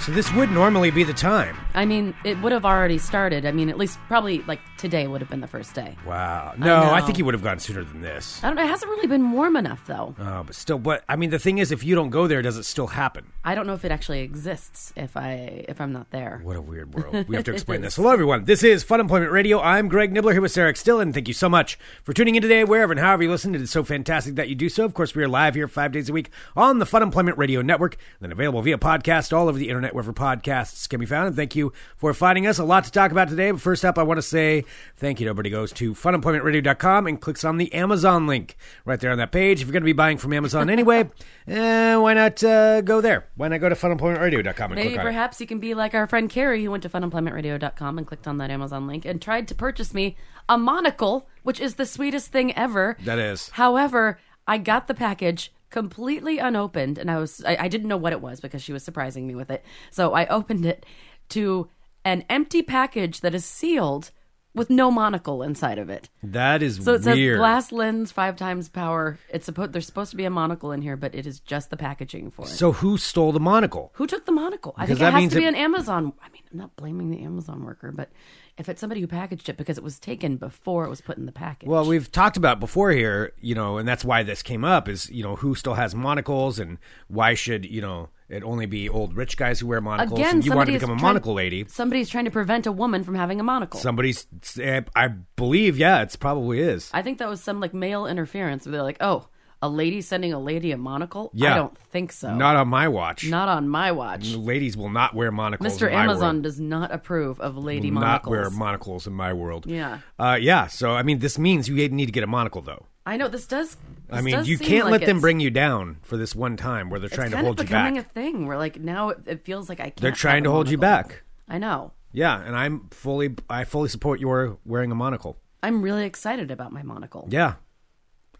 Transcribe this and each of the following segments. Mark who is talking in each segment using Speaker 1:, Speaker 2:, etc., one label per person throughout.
Speaker 1: So this would normally be the time.
Speaker 2: I mean, it would have already started. I mean, at least probably like today would have been the first day.
Speaker 1: Wow. No, I,
Speaker 2: know.
Speaker 1: think he would have gone sooner than this.
Speaker 2: I don't know. It hasn't really been warm enough, though.
Speaker 1: Oh, but still, but I mean, the thing is, if you don't go there, does it still happen?
Speaker 2: I don't know if it actually exists if I if I'm not there.
Speaker 1: What a weird world. We have to explain this. Hello, everyone. This is Fun Employment Radio. I'm Greg Nibbler here with Sarah Still, and thank you so much for tuning in today, wherever and however you listen. It is so fantastic that you do so. Of course, we are live here five days a week on the Fun Employment Radio Network, then available via podcast all over the internet, wherever podcasts can be found. And thank you for finding us. A lot to talk about today, but first up, I want to say thank you to everybody who goes to funemploymentradio.com and clicks on the Amazon link right there on that page. If you're going to be buying from Amazon anyway, eh, why not uh, go there? Why not go to funemploymentradio.com and
Speaker 2: Maybe
Speaker 1: click on it?
Speaker 2: perhaps you can be like our friend Carrie, who went to funemploymentradio.com and clicked on that Amazon link and tried to purchase me a monocle, which is the sweetest thing ever.
Speaker 1: That is.
Speaker 2: However, I got the package completely unopened, and I was—I I didn't know what it was because she was surprising me with it. So I opened it to an empty package that is sealed with no monocle inside of it.
Speaker 1: That is
Speaker 2: So it says
Speaker 1: weird.
Speaker 2: glass lens, five times power. It's supposed there's supposed to be a monocle in here, but it is just the packaging for it.
Speaker 1: So who stole the monocle?
Speaker 2: Who took the monocle? I
Speaker 1: Because
Speaker 2: think
Speaker 1: that
Speaker 2: it has
Speaker 1: means
Speaker 2: to be
Speaker 1: it-
Speaker 2: an Amazon. I mean, I'm not blaming the Amazon worker, but if it's somebody who packaged it because it was taken before it was put in the package.
Speaker 1: Well, we've talked about before here, you know, and that's why this came up is, you know, who still has monocles and why should, you know, it only be old rich guys who wear monocles
Speaker 2: again,
Speaker 1: and you want to
Speaker 2: somebody is
Speaker 1: become a
Speaker 2: trying-
Speaker 1: monocle lady.
Speaker 2: Somebody's trying to prevent a woman from having a monocle.
Speaker 1: Somebody's eh, I believe, yeah, it's probably is.
Speaker 2: I think that was some like male interference where they're like, "Oh, a lady sending a lady a monocle?
Speaker 1: Yeah.
Speaker 2: I don't think so.
Speaker 1: Not on my watch.
Speaker 2: Not on my watch.
Speaker 1: Ladies will not wear monocles.
Speaker 2: Mr.
Speaker 1: in my
Speaker 2: Amazon
Speaker 1: world.
Speaker 2: does not approve of lady
Speaker 1: will not
Speaker 2: monocles.
Speaker 1: wear monocles in my world.
Speaker 2: Yeah.
Speaker 1: Uh, yeah. So I mean, this means you need to get a monocle though.
Speaker 2: I know this does.
Speaker 1: I
Speaker 2: this
Speaker 1: mean,
Speaker 2: does
Speaker 1: you
Speaker 2: seem
Speaker 1: can't
Speaker 2: like
Speaker 1: let them
Speaker 2: it's-
Speaker 1: bring you down for this one time where they're trying
Speaker 2: it's
Speaker 1: to
Speaker 2: kind
Speaker 1: hold
Speaker 2: of
Speaker 1: you back.
Speaker 2: becoming a thing where like now it, it feels like I can't.
Speaker 1: they're trying to
Speaker 2: have a
Speaker 1: hold you
Speaker 2: monocle.
Speaker 1: back.
Speaker 2: I know.
Speaker 1: Yeah, and I'm fully I fully support your wearing a monocle.
Speaker 2: I'm really excited about my monocle.
Speaker 1: Yeah.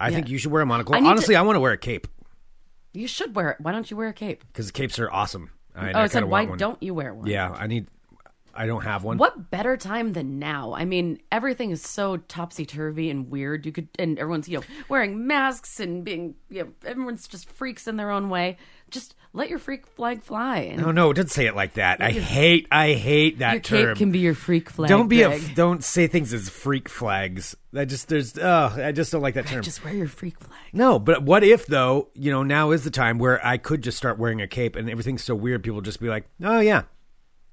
Speaker 1: I think you should wear a monocle.
Speaker 2: I need
Speaker 1: Honestly, I want to wear a cape
Speaker 2: You should wear it. Why don't you wear a cape?
Speaker 1: cuz capes are awesome. I,
Speaker 2: oh,
Speaker 1: I
Speaker 2: it
Speaker 1: kinda
Speaker 2: said why
Speaker 1: want one.
Speaker 2: don't you wear one?
Speaker 1: Yeah, I need I don't have one.
Speaker 2: What better time than now? I mean, everything is so topsy turvy and weird. You could, and everyone's you know wearing masks and being, you know, everyone's just freaks in their own way. Just let your freak flag fly. And
Speaker 1: No, no, don't say it like that. I hate I hate Oh, that
Speaker 2: your
Speaker 1: term.
Speaker 2: cape can be your freak flag.
Speaker 1: don't be a
Speaker 2: Greg.
Speaker 1: f- don't say things as freak flags. I just there's oh, I just don't like that term.
Speaker 2: Just wear your freak flag.
Speaker 1: No, but what if though? You know, now is the time where I could just start wearing a cape, and everything's so weird. People just be like, "Oh yeah,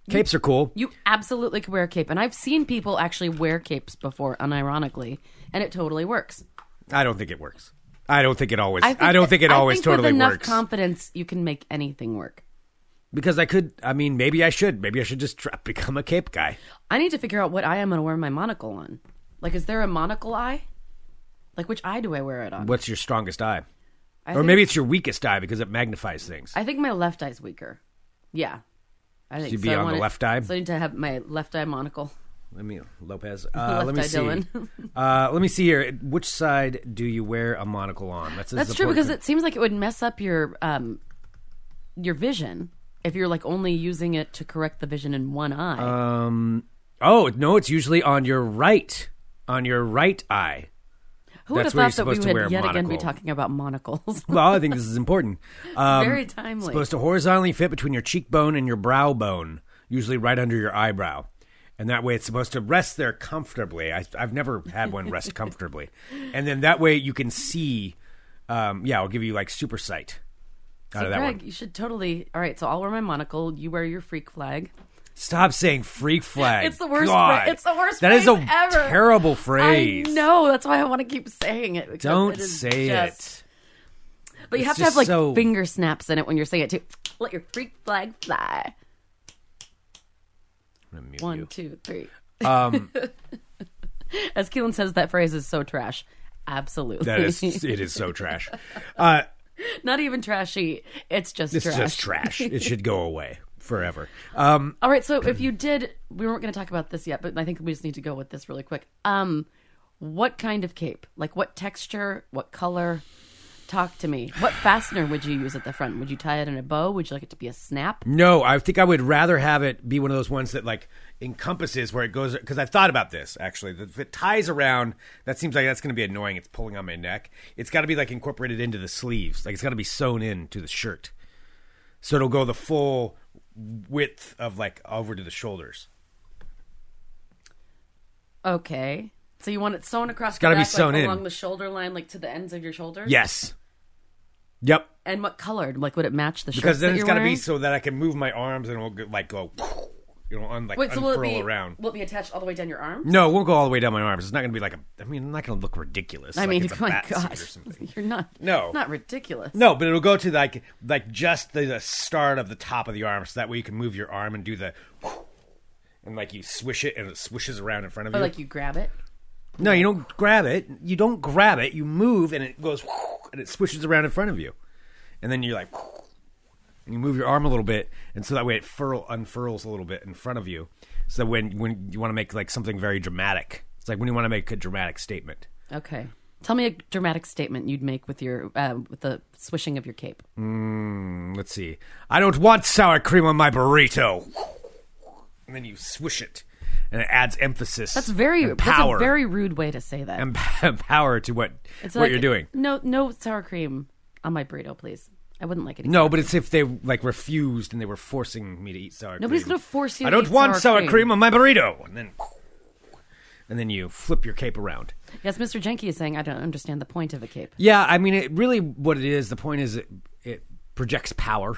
Speaker 1: capes are cool."
Speaker 2: You absolutely could wear a cape, and I've seen people actually wear capes before, unironically, and it totally works.
Speaker 1: I don't think it works. I don't think it always. I, don't think it
Speaker 2: I
Speaker 1: always
Speaker 2: think
Speaker 1: totally
Speaker 2: with enough
Speaker 1: works
Speaker 2: confidence, you can make anything work.
Speaker 1: because I could. I mean, maybe I should. Maybe I should just try, become a cape guy.
Speaker 2: I need to figure out what eye I'm going to wear my monocle on. Like, is there a monocle eye? Like, which eye do I wear it on?
Speaker 1: What's your strongest eye?
Speaker 2: I
Speaker 1: or
Speaker 2: think-
Speaker 1: maybe it's your weakest eye because it magnifies things.
Speaker 2: I think my left eye's weaker. Yeah, I think
Speaker 1: you'd
Speaker 2: so
Speaker 1: be
Speaker 2: I
Speaker 1: on the
Speaker 2: wanna-
Speaker 1: left eye?
Speaker 2: So I need to have my left eye monocle.
Speaker 1: let me, Lopez. Uh, let
Speaker 2: Left
Speaker 1: me
Speaker 2: eye
Speaker 1: see.
Speaker 2: Dylan.
Speaker 1: uh, let me see here. Which side do you wear a monocle on? That's
Speaker 2: That's true because it seems like it would mess up your um your vision if you're like only using it to correct the vision in one eye.
Speaker 1: Uh, Oh no, it's usually on your right, on your right eye.
Speaker 2: Who would have
Speaker 1: that's where you're
Speaker 2: thought that we
Speaker 1: supposed to wear a
Speaker 2: would yet again be
Speaker 1: monocle.
Speaker 2: talking about monocles?
Speaker 1: Well, I think this is important. Um,
Speaker 2: Very timely.
Speaker 1: Supposed to horizontally fit between your cheekbone and your brow bone, usually right under your eyebrow. And that way it's supposed to rest there comfortably. I, I've never had one rest comfortably. And then that way you can see, um, yeah, I'll give you like super sight out
Speaker 2: So
Speaker 1: of that
Speaker 2: Greg,
Speaker 1: one.
Speaker 2: you should totally. All right, so I'll wear my monocle. You wear your freak flag.
Speaker 1: Stop saying freak flag.
Speaker 2: It's the worst.
Speaker 1: God.
Speaker 2: Fra- it's the worst.
Speaker 1: That is
Speaker 2: phrase
Speaker 1: a
Speaker 2: ever.
Speaker 1: terrible phrase.
Speaker 2: I know. That's why I want to keep saying it. because
Speaker 1: Don't
Speaker 2: it is
Speaker 1: say
Speaker 2: just-
Speaker 1: it.
Speaker 2: But you
Speaker 1: It's
Speaker 2: have to
Speaker 1: just
Speaker 2: have like
Speaker 1: so-
Speaker 2: finger snaps in it when you're saying it too. Let your freak flag fly.
Speaker 1: I'm gonna mute you.
Speaker 2: One, two, three. Um, As Keelan says, that phrase is so trash. Absolutely.
Speaker 1: That is, it is so trash. Uh,
Speaker 2: not even trashy. It's just
Speaker 1: it's
Speaker 2: trash.
Speaker 1: just trash. It should go away forever. Um,
Speaker 2: All right, so if you did, we weren't going to talk about this yet, but I think we just need to go with this really quick. Um, what kind of cape? Like what texture? What color? Talk to me. What fastener would you use at the front? Would you tie it in a bow? Would you like it to be a snap?
Speaker 1: No, I think I would rather have it be one of those ones that like encompasses where it goes. Because I've thought about this actually. That If it ties around, that seems like that's going to be annoying. It's pulling on my neck. It's got to be like incorporated into the sleeves. Like it's got to be sewn into the shirt, so it'll go the full width of like over to the shoulders.
Speaker 2: Okay. So you want it sewn across it's
Speaker 1: gotta be
Speaker 2: back,
Speaker 1: sewn
Speaker 2: like,
Speaker 1: in.
Speaker 2: along the shoulder line, like to the ends of your shoulders?
Speaker 1: Yes. Yep.
Speaker 2: And what color? Like would it match the shirt?
Speaker 1: Because then
Speaker 2: that
Speaker 1: it's
Speaker 2: you're
Speaker 1: got to be
Speaker 2: wearing?
Speaker 1: so that I can move my arms and it'll go, like go, you know, on like
Speaker 2: Wait, so will
Speaker 1: unfurl
Speaker 2: it be
Speaker 1: around.
Speaker 2: will it be attached all the way down your arm?
Speaker 1: No, it won't go all the way down my arms. It's not going to be like a. I mean, I'm not going to look ridiculous.
Speaker 2: I
Speaker 1: like
Speaker 2: mean,
Speaker 1: it's a
Speaker 2: my
Speaker 1: bat suit or
Speaker 2: gosh,
Speaker 1: something.
Speaker 2: you're not
Speaker 1: No.
Speaker 2: not ridiculous.
Speaker 1: No, but it'll go to like like just the, the start of the top of the arm, so that way you can move your arm and do the, and like you swish it and it swishes around in front of
Speaker 2: Or
Speaker 1: you.
Speaker 2: like you grab it.
Speaker 1: no, you don't grab it. You don't grab it. You move and it goes and it swishes around in front of you, and then you're like, and you move your arm a little bit, and so that way it furl unfurls a little bit in front of you. So when when you want to make like something very dramatic, it's like when you want to make a dramatic statement.
Speaker 2: Okay. Tell me a dramatic statement you'd make with your um, with the swishing of your cape.
Speaker 1: Let's see. I don't want sour cream on my burrito. And then you swish it, and it adds emphasis.
Speaker 2: That's very
Speaker 1: and
Speaker 2: That's a
Speaker 1: power
Speaker 2: very rude way to say that.
Speaker 1: and power to what
Speaker 2: It's
Speaker 1: what
Speaker 2: like,
Speaker 1: you're doing.
Speaker 2: No, no sour cream on my burrito, please. I wouldn't like it.
Speaker 1: No, but it's if they like refused and they were forcing me to eat sour
Speaker 2: Nobody's
Speaker 1: cream.
Speaker 2: gonna force you
Speaker 1: I
Speaker 2: to
Speaker 1: don't
Speaker 2: eat
Speaker 1: want
Speaker 2: sour
Speaker 1: sour
Speaker 2: cream.
Speaker 1: on my burrito. And then, and then you flip your cape around.
Speaker 2: Yes, Mr. Jenke is saying I don't understand the point of a cape.
Speaker 1: Yeah, I mean, it really what it is. The point is, it, it projects power,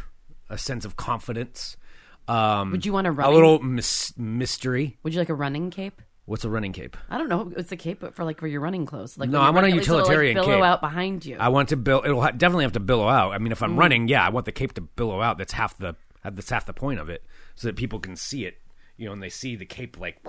Speaker 1: a sense of confidence, um,
Speaker 2: Would you want a
Speaker 1: a
Speaker 2: running?
Speaker 1: little mys- mystery.
Speaker 2: Would you like a running cape?
Speaker 1: What's a running cape?
Speaker 2: I don't know. It's a cape, but for like for your running clothes. Like
Speaker 1: No,
Speaker 2: when
Speaker 1: I
Speaker 2: you're
Speaker 1: want a
Speaker 2: running, at least it'll, like,
Speaker 1: utilitarian
Speaker 2: billow
Speaker 1: cape.
Speaker 2: out behind you.
Speaker 1: I want to bill. It'll ha- definitely have to billow out. I mean, if I'm
Speaker 2: Mm.
Speaker 1: running, yeah, I want the cape to billow out. That's half the that's half the point of it, so that people can see it. You know, and they see the cape like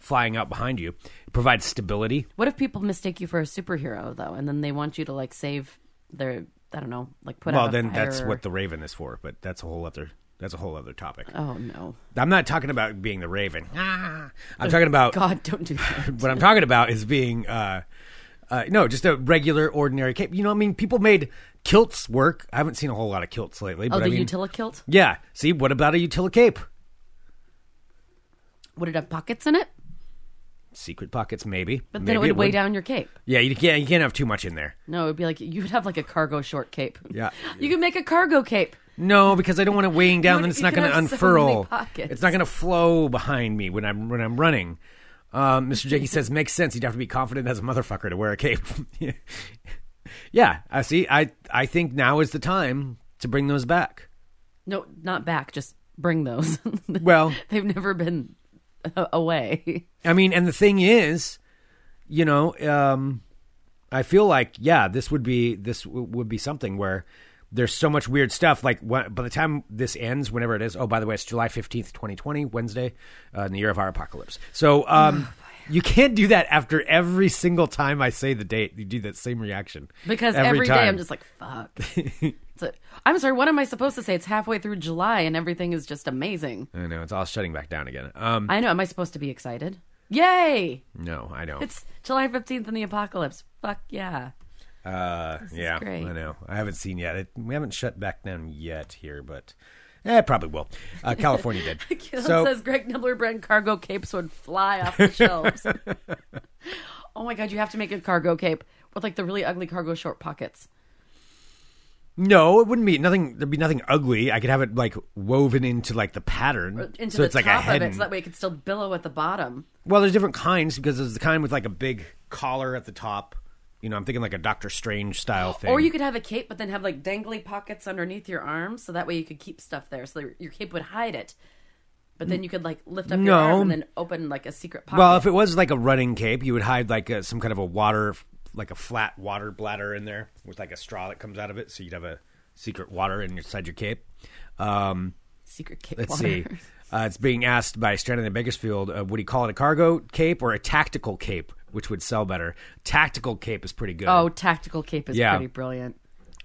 Speaker 1: flying out behind you. It provides stability.
Speaker 2: What if people mistake you for a superhero though, and then they want you to like save their I don't know, like put
Speaker 1: Well,
Speaker 2: out a
Speaker 1: then that's
Speaker 2: fire or-
Speaker 1: what the Raven is for. But that's a whole other that's a whole other topic.
Speaker 2: Oh no,
Speaker 1: I'm not talking about being the Raven. Ah, I'm talking about
Speaker 2: God, don't do that.
Speaker 1: what I'm talking about is being uh, uh, no, just a regular ordinary cape. You know, what I mean, people made kilts work. I haven't seen a whole lot of kilts lately. but
Speaker 2: Oh, the
Speaker 1: I mean,
Speaker 2: utila kilt.
Speaker 1: Yeah. See, what about a utila cape?
Speaker 2: Would it have pockets in it?
Speaker 1: Secret pockets, maybe.
Speaker 2: But
Speaker 1: Maybe
Speaker 2: then it would
Speaker 1: it
Speaker 2: weigh
Speaker 1: would.
Speaker 2: down your cape.
Speaker 1: Yeah, you can't. You can't have too much in there.
Speaker 2: No, it'd be like you would have like a cargo short cape.
Speaker 1: Yeah.
Speaker 2: you could make a cargo cape.
Speaker 1: No, because I don't want it weighing down.
Speaker 2: would-
Speaker 1: then it's
Speaker 2: you
Speaker 1: not
Speaker 2: could
Speaker 1: going to
Speaker 2: have so many
Speaker 1: unfurl.
Speaker 2: pockets.
Speaker 1: it's not going to flow behind me when I'm when I'm running. Um, Mr. Jakey says makes sense. You'd have to be confident as a motherfucker to wear a cape. yeah, I see. I I think now is the time to bring those back.
Speaker 2: No, not back. Just bring those.
Speaker 1: Well,
Speaker 2: They've never been uh, away.
Speaker 1: I mean, and the thing is, you know, um, I feel like yeah, this would be this w- would be something where there's so much weird stuff. Like wh- by the time this ends, whenever it is, oh by the way, it's July fifteenth, twenty twenty, Wednesday, uh, in the year of our apocalypse. So
Speaker 2: Oh,
Speaker 1: um, you can't do that after every single time I say the date. You do that same reaction
Speaker 2: Because every day I'm just like, fuck. it's a, I'm sorry, what am I supposed to say? It's halfway through July and everything is just amazing.
Speaker 1: I know it's all shutting back down again. Um,
Speaker 2: I know. Am I supposed to be excited? Yay!
Speaker 1: no, I don't.
Speaker 2: It's July 15th and the apocalypse. Fuck yeah.
Speaker 1: Uh, yeah,
Speaker 2: great.
Speaker 1: I know. I haven't seen yet. It, we haven't shut back down yet here, but eh, it probably will. Uh, California did.
Speaker 2: Kilo
Speaker 1: so
Speaker 2: says Greg Nibbler brand cargo capes would fly off the shelves. oh my god, you have to make a cargo cape with like the really ugly cargo short pockets.
Speaker 1: no, it wouldn't be nothing. There'd be nothing ugly. I could have it like woven into like the pattern,
Speaker 2: Into
Speaker 1: so
Speaker 2: the
Speaker 1: it's like a
Speaker 2: top
Speaker 1: head.
Speaker 2: of it so that way it could still billow at the bottom.
Speaker 1: well, there's different kinds because there's the kind with like a big collar at the top. You know, I'm thinking like a Doctor Strange style thing.
Speaker 2: Or you could have a cape, but then have like dangly pockets underneath your arms, so that way you could keep stuff there. So that your cape would hide it, but then you could like lift up your
Speaker 1: No.
Speaker 2: arm and then open like a secret pocket.
Speaker 1: well, if it was like a running cape, you would hide like a, some kind of a water, like a flat water bladder in there with like a straw that comes out of it, so you'd have a secret water in- inside your cape. Um,
Speaker 2: secret cape.
Speaker 1: Let's
Speaker 2: water.
Speaker 1: see. Uh, it's being asked by Stranded in Bakersfield. Uh, would he call it a cargo cape or a tactical cape, which would sell better? Tactical cape is pretty good
Speaker 2: Oh, tactical cape is
Speaker 1: Yeah.
Speaker 2: pretty brilliant.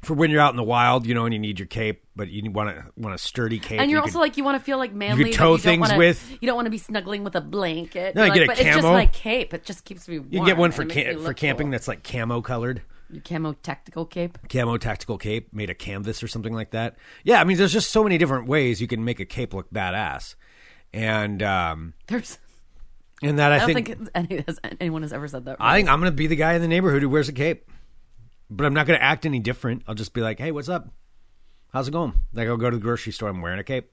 Speaker 1: for when you're out in the wild, you know, and you need your cape, but you want a want a sturdy cape.
Speaker 2: And you're
Speaker 1: you
Speaker 2: also
Speaker 1: could-
Speaker 2: like you want to feel like manly. but
Speaker 1: tow
Speaker 2: don't
Speaker 1: things
Speaker 2: wanna-
Speaker 1: with.
Speaker 2: You don't want to be snuggling with a blanket.
Speaker 1: No,
Speaker 2: You're
Speaker 1: you
Speaker 2: like,
Speaker 1: get a
Speaker 2: but it's just
Speaker 1: camo.
Speaker 2: my cape. It just keeps me. Warm
Speaker 1: you can get one
Speaker 2: and
Speaker 1: for
Speaker 2: it makes
Speaker 1: ca-
Speaker 2: me
Speaker 1: for
Speaker 2: look
Speaker 1: camping
Speaker 2: cool.
Speaker 1: that's like camo colored,
Speaker 2: Your camo tactical cape.
Speaker 1: camo tactical cape made of canvas or something like that. Yeah, I mean, there's just so many different ways you can make a cape look badass, and um,
Speaker 2: There's.
Speaker 1: and that I,
Speaker 2: I don't
Speaker 1: think,
Speaker 2: think, any, has, anyone has ever said that.
Speaker 1: I think I'm gonna be the guy in the neighborhood who wears a cape, but I'm not gonna act any different. I'll just be like, "Hey, what's up? How's it going?" Like I'll go to the grocery store. I'm wearing a cape.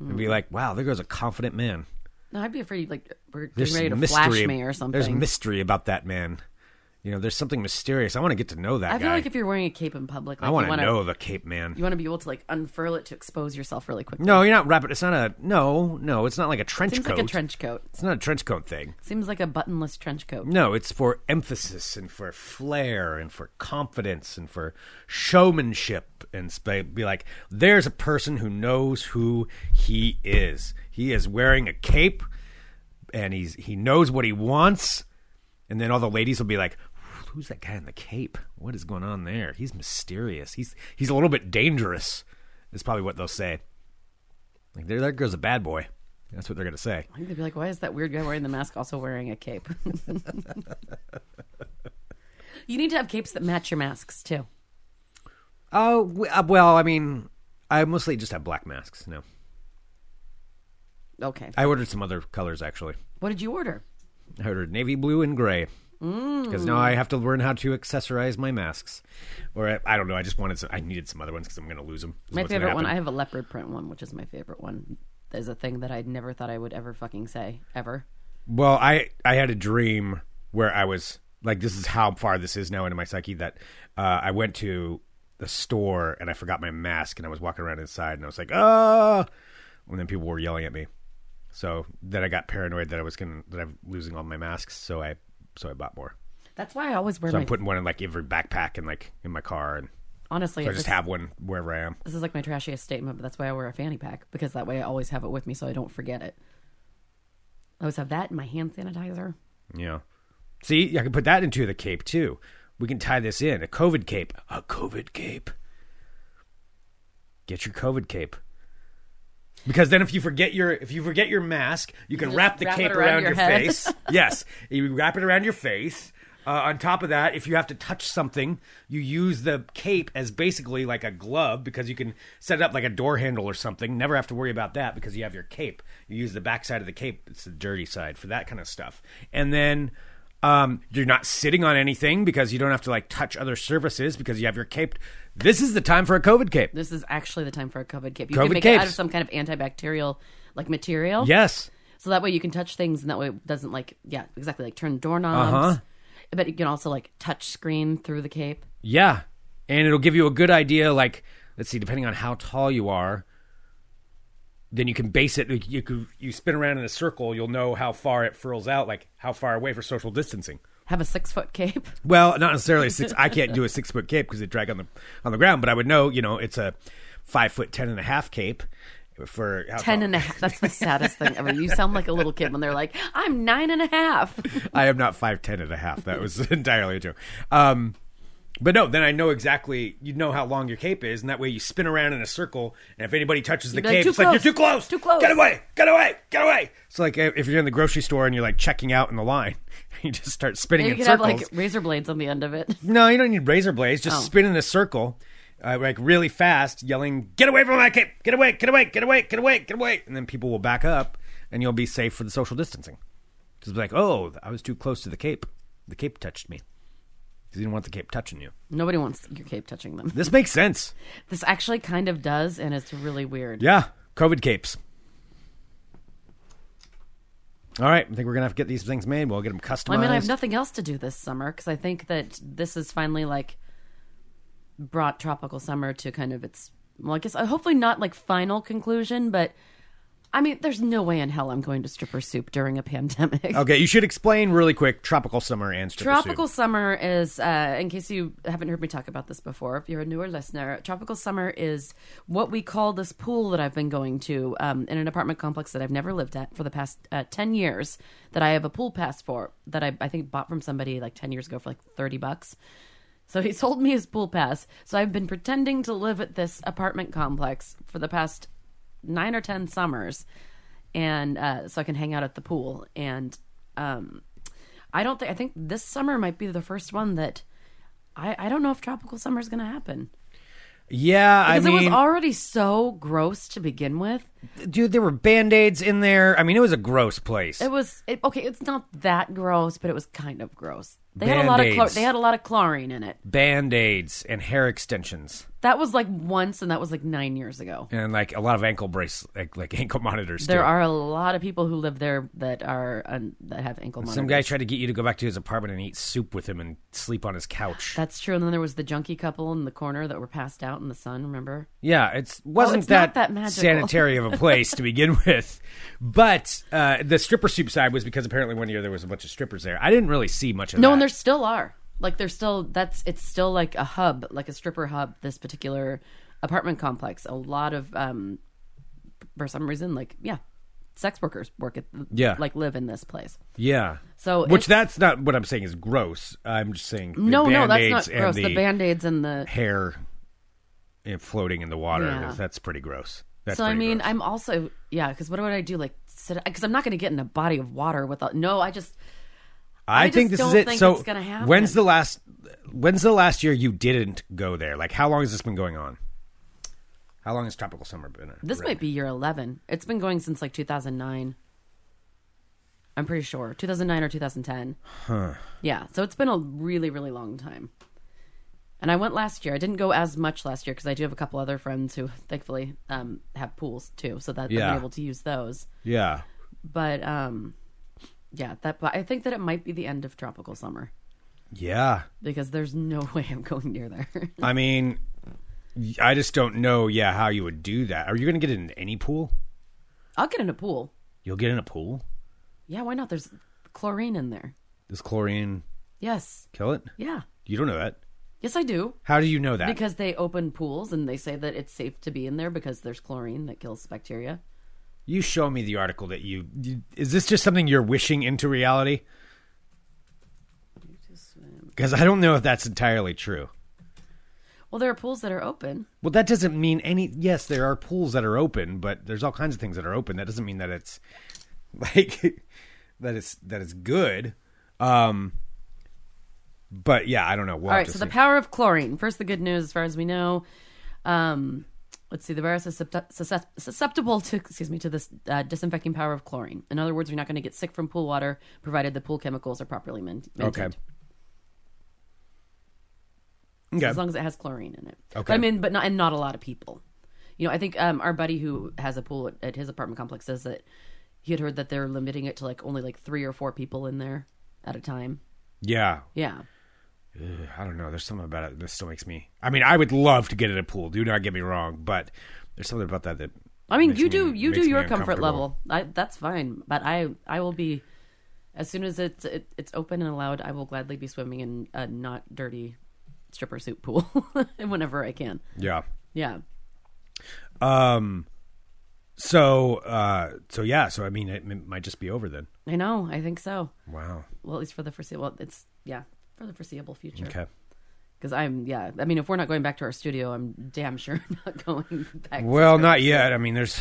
Speaker 1: and
Speaker 2: Mm.
Speaker 1: be like, wow, there goes a confident man.
Speaker 2: No, I'd be afraid like we're getting
Speaker 1: There's
Speaker 2: ready to
Speaker 1: mystery.
Speaker 2: flash me or something.
Speaker 1: There's mystery about that man. You know, there's something mysterious. I want to get to know that
Speaker 2: I feel
Speaker 1: guy.
Speaker 2: like if you're wearing a cape in public, like
Speaker 1: I want
Speaker 2: you
Speaker 1: to
Speaker 2: wanna,
Speaker 1: know the Cape Man.
Speaker 2: You want to be able to like unfurl it to expose yourself really quickly.
Speaker 1: no, you're not wrapping. It's not a no, no. It's not like a trench
Speaker 2: seems
Speaker 1: coat.
Speaker 2: like a trench coat.
Speaker 1: it's not a trench coat thing.
Speaker 2: Seems like a buttonless trench coat.
Speaker 1: No, it's for emphasis and for flair and for confidence and for showmanship and sp- be like, there's a person who knows who he is. He is wearing a cape and he's he knows what he wants. And then all the ladies will be like, who's that guy in the cape? What is going on there? He's mysterious. He's he's a little bit dangerous. Is probably what they'll say. Like there, there goes a bad boy. That's what they're gonna say.
Speaker 2: I think they'd be like, why is that weird guy wearing the mask also wearing a cape? you need to have capes that match your masks too.
Speaker 1: Oh w- uh, well, I mean, I mostly just have black masks. No,
Speaker 2: Okay.
Speaker 1: I ordered some other colors actually.
Speaker 2: What did you order?
Speaker 1: I ordered navy blue and gray
Speaker 2: Mm.
Speaker 1: because now I have to learn how to accessorize my masks. Or I, I don't know. I just wanted. Some, I needed some other ones because I'm going to lose them.
Speaker 2: My favorite one. I have a leopard print one, which is my favorite one. There's a thing that I never thought I would ever fucking say ever.
Speaker 1: Well, I I had a dream where I was like, this is how far this is now into my psyche that uh, I went to the store and I forgot my mask and I was walking around inside and I was like, ah, and then people were yelling at me. So then I got paranoid that I was gonna that I'm losing all my masks. So I so I bought more.
Speaker 2: That's why I always wear
Speaker 1: So
Speaker 2: my.
Speaker 1: I'm putting one in like every backpack and like in my car and
Speaker 2: honestly,
Speaker 1: so I
Speaker 2: this,
Speaker 1: just have one wherever I am.
Speaker 2: this is like my trashiest statement, but that's why I wear a fanny pack because that way I always have it with me, so I don't forget it. I always have that and my hand sanitizer.
Speaker 1: Yeah. See, I can put that into the cape too. We can tie this in a COVID cape. A COVID cape. Get your COVID cape. Because then, if you forget your if you forget your mask, you can
Speaker 2: just
Speaker 1: wrap the
Speaker 2: wrap it
Speaker 1: cape
Speaker 2: around
Speaker 1: around,
Speaker 2: your
Speaker 1: your,
Speaker 2: head.
Speaker 1: face. yes, you wrap it around your face. Uh, on top of that, if you have to touch something, you use the cape as basically like a glove because you can set it up like a door handle or something. Never have to worry about that because you have your cape. You use the back side of the cape; it's the dirty side for that kind of stuff. And then um, you're not sitting on anything because you don't have to like touch other surfaces because you have your cape. This is the time for a COVID cape.
Speaker 2: This is actually the time for a COVID cape. You
Speaker 1: COVID
Speaker 2: can make it out
Speaker 1: capes.
Speaker 2: of some kind of antibacterial like material.
Speaker 1: Yes.
Speaker 2: So that way you can touch things, and that way it doesn't like yeah exactly like turn
Speaker 1: Uh-huh.
Speaker 2: doorknobs. But you can also like touch screen through the cape.
Speaker 1: Yeah. And it'll give you a good idea, like, let's see, depending on how tall you are, then you can base it. You, could- you spin around in a circle, you'll know how far it furls out, like how far away for social distancing.
Speaker 2: Have a six foot cape.
Speaker 1: Well, not necessarily six. I can't do a six foot cape because it drag on the on the ground. But I would know, you know, it's a five foot ten and a half cape for how
Speaker 2: Ten
Speaker 1: tall-
Speaker 2: and a half. That's the saddest thing ever. You sound like a little kid when they're like, "I'm nine and a half."
Speaker 1: I am not five ten and a half. That was entirely a joke. Um, but no, then I know exactly. You know how long your cape is, and that way you spin around in a circle. And if anybody touches the
Speaker 2: be like,
Speaker 1: cape,
Speaker 2: "Too
Speaker 1: it's like you're
Speaker 2: close,
Speaker 1: too close,
Speaker 2: too close."
Speaker 1: Get away, get away, get away. So like if if you're in the grocery store and you're like checking out in the line, you just start spinning
Speaker 2: You
Speaker 1: in
Speaker 2: could have
Speaker 1: circles.
Speaker 2: like razor blades on the end of it.
Speaker 1: no, you don't need razor blades. Just
Speaker 2: Oh.
Speaker 1: spin in a circle. Uh, like really fast, yelling, "Get away from my cape! Get away! Get away! Get away! Get away! Get away!" And then people will back up, and you'll be safe for the social distancing. Just be like, "Oh, I was too close to the cape. The cape touched me." Because you didn't want the cape touching you.
Speaker 2: Nobody wants your cape touching them.
Speaker 1: This makes sense.
Speaker 2: This actually kind of does, and it's really weird.
Speaker 1: Yeah, COVID capes. All right, I think we're gonna have to get these things made. We'll get them customized.
Speaker 2: I mean, I have nothing else to do this summer because I think that this is finally like brought tropical summer to kind of its well, I guess uh, hopefully not like final conclusion, but I mean, there's no way in hell I'm going to stripper soup during a pandemic.
Speaker 1: okay, you should explain really quick. Tropical summer and stripper soup.
Speaker 2: Tropical summer is, uh, in case you haven't heard me talk about this before, if you're a newer listener, tropical summer is what we call this pool that I've been going to um, in an apartment complex that I've never lived at for the past uh, 10 years that I have a pool pass for that I, I think bought from somebody like 10 years ago for like 30 bucks. So he sold me his pool pass. So I've been pretending to live at this apartment complex for the past nine or 10 summers. And uh, so I can hang out at the pool. And um, I don't think, I think this summer might be the first one that I, I don't know if tropical summer is going to happen.
Speaker 1: Yeah, I
Speaker 2: Because
Speaker 1: mean,
Speaker 2: it was already so gross to begin with.
Speaker 1: dude, there were band aids in there. I mean, it was a gross place.
Speaker 2: It was it, okay. It's not that gross, but it was kind of gross. They had a lot of chlor-
Speaker 1: Band-Aids.
Speaker 2: they had a lot of chlorine in it.
Speaker 1: Band aids and hair extensions
Speaker 2: That was like once, and that was like nine years ago.
Speaker 1: and like a lot of ankle brace, like, like ankle monitors.
Speaker 2: There
Speaker 1: too.
Speaker 2: are a lot of people who live there that are un- that have ankle monitors.
Speaker 1: Some guy tried to get you to go back to his apartment and eat soup with him and sleep on his couch.
Speaker 2: That's true. And then there was the junkie couple in the corner that were passed out in the sun. Remember?
Speaker 1: Yeah, it wasn't
Speaker 2: it's
Speaker 1: that,
Speaker 2: not that magical.
Speaker 1: sanitary of a place to begin with. But uh, the stripper soup side was because apparently one year there was a bunch of strippers there. I didn't really see much of
Speaker 2: No,
Speaker 1: that.
Speaker 2: and there still are. Like there's still that's it's still like a hub, like a stripper hub. This particular apartment complex, a lot of um, for some reason, like yeah, sex workers work at
Speaker 1: Yeah.
Speaker 2: like live in this place.
Speaker 1: yeah.
Speaker 2: So
Speaker 1: Which
Speaker 2: it's-
Speaker 1: that's not what I'm saying is gross. I'm just saying the
Speaker 2: no, no,
Speaker 1: Band-Aids
Speaker 2: that's not
Speaker 1: and
Speaker 2: gross. The,
Speaker 1: the
Speaker 2: band aids and the
Speaker 1: hair eh, floating in the water.
Speaker 2: Yeah.
Speaker 1: That's pretty gross. That's
Speaker 2: so I
Speaker 1: pretty
Speaker 2: mean,
Speaker 1: gross.
Speaker 2: I'm also yeah, because what would I do? Like sit because I'm not going to get in a body of water without. No, I just
Speaker 1: I,
Speaker 2: I
Speaker 1: think this
Speaker 2: just
Speaker 1: is
Speaker 2: don't
Speaker 1: it.
Speaker 2: think
Speaker 1: so
Speaker 2: it's gonna happen.
Speaker 1: when's the last? When's the last year you didn't go there? Like how long has this been going on? How long has tropical summer been?
Speaker 2: this might be year 11. It's been going since like 2009. I'm pretty sure 2009 or 2010. Yeah, so it's been a really really long time. And I went last year. I didn't go as much last year because I do have a couple other friends who, thankfully, um, have pools too, so that
Speaker 1: Yeah.
Speaker 2: I'm able to use those.
Speaker 1: Yeah.
Speaker 2: But um, yeah, that. But I think that it might be the end of tropical summer.
Speaker 1: Yeah.
Speaker 2: because there's no way I'm going near there.
Speaker 1: I mean, I just don't know. Yeah, how you would do that? Are you going to get in any pool?
Speaker 2: I'll get in a pool.
Speaker 1: You'll get in a pool.
Speaker 2: Yeah, why not? There's chlorine in there.
Speaker 1: Does chlorine
Speaker 2: Yes.
Speaker 1: kill it?
Speaker 2: Yeah.
Speaker 1: You don't know that.
Speaker 2: Yes, I do.
Speaker 1: How do you know that?
Speaker 2: Because they open pools and they say that it's safe to be in there because there's chlorine that kills bacteria.
Speaker 1: you show me the article that you, you. Is this just something you're wishing into reality? Because I don't know if that's entirely true.
Speaker 2: Well, there are pools that are open.
Speaker 1: Well, that doesn't mean any. Yes, there are pools that are open, but there's all kinds of things that are open. That doesn't mean that it's like that it's that it's good. Um, but yeah, I don't know. We'll
Speaker 2: All
Speaker 1: have
Speaker 2: right,
Speaker 1: to
Speaker 2: so the
Speaker 1: see.
Speaker 2: power of chlorine. First, the good news, as far as we know. Um, let's see, the virus is suscept- suscept- susceptible to, excuse me, to this uh, disinfecting power of chlorine. In other words, you're not going to get sick from pool water, provided the pool chemicals are properly main- maintained.
Speaker 1: okay. Okay.
Speaker 2: as long as it has chlorine in it.
Speaker 1: Okay.
Speaker 2: But I mean, but not and not a lot of people. You know, I think um, our buddy who has a pool at, at his apartment complex says that he had heard that they're limiting it to like only like three or four people in there at a time.
Speaker 1: yeah,
Speaker 2: Yeah,
Speaker 1: I don't know. There's something about it that still makes me. I mean, I would love to get in a pool. Do not get me wrong, but there's something about that that.
Speaker 2: I mean,
Speaker 1: makes
Speaker 2: you
Speaker 1: me-
Speaker 2: do you
Speaker 1: makes
Speaker 2: do
Speaker 1: me
Speaker 2: your comfort
Speaker 1: uncomfortable.
Speaker 2: level. I, that's fine, but I I will be as soon as it's it, it's open and allowed. I will gladly be swimming in a not dirty stripper suit pool whenever I can.
Speaker 1: Yeah.
Speaker 2: Yeah.
Speaker 1: So, uh, so yeah. So I mean, it, m might just be over then.
Speaker 2: I know. I think so.
Speaker 1: Wow.
Speaker 2: Well, at least for the foreseeable. It's yeah, for the foreseeable future.
Speaker 1: Okay.
Speaker 2: Because I'm, yeah. I mean, if we're not going back to our studio, I'm damn sure not going back. to-
Speaker 1: Well, not yet. I mean, there's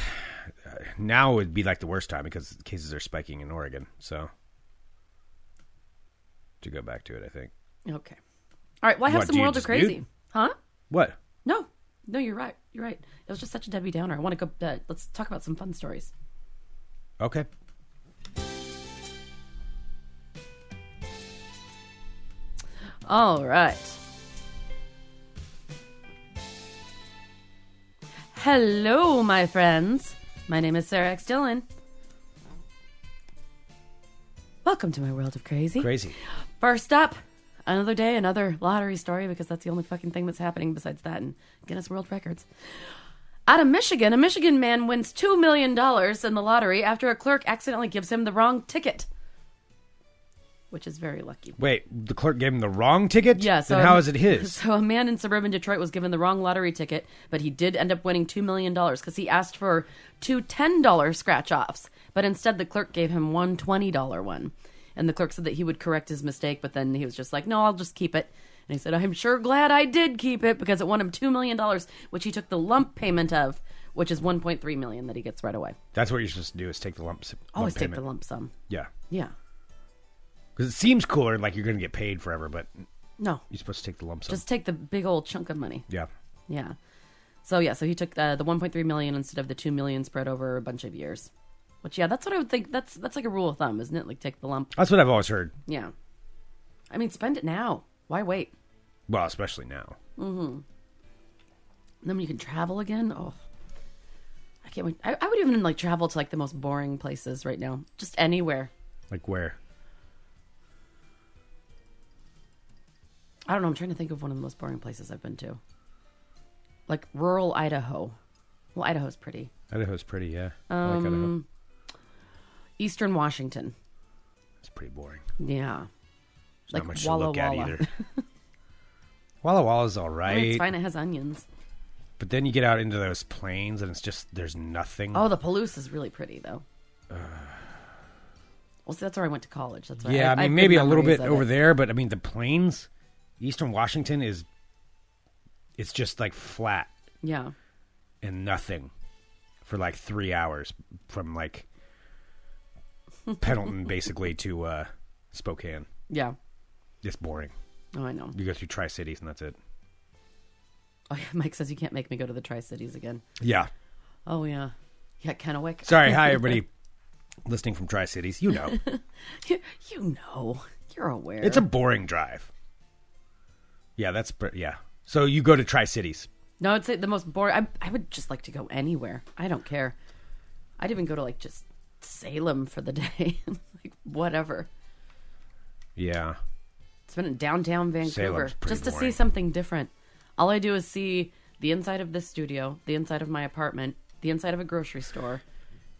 Speaker 1: now would be like the worst time because cases are spiking in Oregon. So to go back to it, I think.
Speaker 2: okay. All right. Well, I have
Speaker 1: What, do
Speaker 2: some
Speaker 1: you
Speaker 2: world of
Speaker 1: just
Speaker 2: crazy,
Speaker 1: mute?
Speaker 2: huh?
Speaker 1: What?
Speaker 2: No, no, you're right. You're right. It was just such a Debbie Downer. I want to go. Uh, let's talk about some fun stories.
Speaker 1: Okay.
Speaker 2: All right. Hello, my friends. My name is Sarah X Dillon. Welcome to my world of crazy.
Speaker 1: Crazy.
Speaker 2: First up, another day, another lottery story because that's the only fucking thing that's happening besides that and Guinness World Records. Out of Michigan, a Michigan man wins $2 million in the lottery after a clerk accidentally gives him the wrong ticket, which is very lucky.
Speaker 1: Wait, the clerk gave him the wrong ticket.
Speaker 2: Yeah, so
Speaker 1: then how is it his?
Speaker 2: So a man in suburban Detroit was given the wrong lottery ticket, but he did end up winning two million dollars because he asked for two ten dollar scratch offs, but instead the clerk gave him one twenty dollar one, and the clerk said that he would correct his mistake, but then he was just like, "No, I'll just keep it." And he said, "I'm sure glad I did keep it because it won him two million dollars, which he took the lump payment of, which is one point three million that he gets right away.
Speaker 1: That's what you're supposed to do is take the lumps.
Speaker 2: Always
Speaker 1: lump
Speaker 2: take the
Speaker 1: payment.
Speaker 2: lump sum.
Speaker 1: Yeah,
Speaker 2: Yeah,
Speaker 1: because it seems cooler, like you're going to get paid forever, but
Speaker 2: no,
Speaker 1: you're supposed to take the lump sum.
Speaker 2: just take the big old chunk of money."
Speaker 1: yeah.
Speaker 2: Yeah. So yeah, so he took uh, the 1.3 million instead of the 2 million spread over a bunch of years. Which yeah, that's what I would think. That's that's like a rule of thumb, isn't it? Like take the lump.
Speaker 1: That's what I've always heard.
Speaker 2: Yeah. I mean, spend it now. Why wait?
Speaker 1: Well, especially now.
Speaker 2: And then when you can travel again, oh, I can't wait. I, I would even like travel to like the most boring places right now, just anywhere.
Speaker 1: Like where?
Speaker 2: I don't know. I'm trying to think of one of the most boring places I've been to. Like rural Idaho. Well, Idaho's pretty.
Speaker 1: Idaho's pretty, yeah. I like
Speaker 2: Um,
Speaker 1: Idaho.
Speaker 2: Eastern Washington.
Speaker 1: It's pretty boring.
Speaker 2: Yeah.
Speaker 1: There's not much to look at either. Walla Walla's all
Speaker 2: I mean, it's
Speaker 1: right,
Speaker 2: fine. It has onions.
Speaker 1: but then you get out into those plains and it's just there's nothing.
Speaker 2: Oh, the Palouse is really pretty though. well, see, that's where I went to college. That's where
Speaker 1: yeah, I
Speaker 2: have
Speaker 1: mean
Speaker 2: good
Speaker 1: maybe a little
Speaker 2: memories
Speaker 1: bit
Speaker 2: of
Speaker 1: over
Speaker 2: it.
Speaker 1: there, but I mean the plains, Eastern Washington is, it's just like flat
Speaker 2: Yeah,
Speaker 1: and nothing, for like three hours from like Pendleton basically to uh, Spokane.
Speaker 2: yeah.
Speaker 1: It's boring.
Speaker 2: Oh, I know.
Speaker 1: You go through Tri Cities and that's it.
Speaker 2: Oh, yeah, Mike says you can't make me go to the Tri Cities again.
Speaker 1: Yeah,
Speaker 2: Oh yeah, yeah, Kennewick.
Speaker 1: Sorry, hi everybody listening from Tri Cities. You know,
Speaker 2: you, you know, you're aware.
Speaker 1: it's a boring drive. Yeah, that's pr- yeah. So you go to Tri Cities.
Speaker 2: no. It's like the most boring. I, I would just like to go anywhere. I don't care. I'd even go to like just Salem for the day, like whatever.
Speaker 1: Yeah,
Speaker 2: It's been in downtown Vancouver
Speaker 1: Salem's pretty
Speaker 2: just to see
Speaker 1: boring.
Speaker 2: something different. All I do is see the inside of this studio, the inside of my apartment, the inside of a grocery store,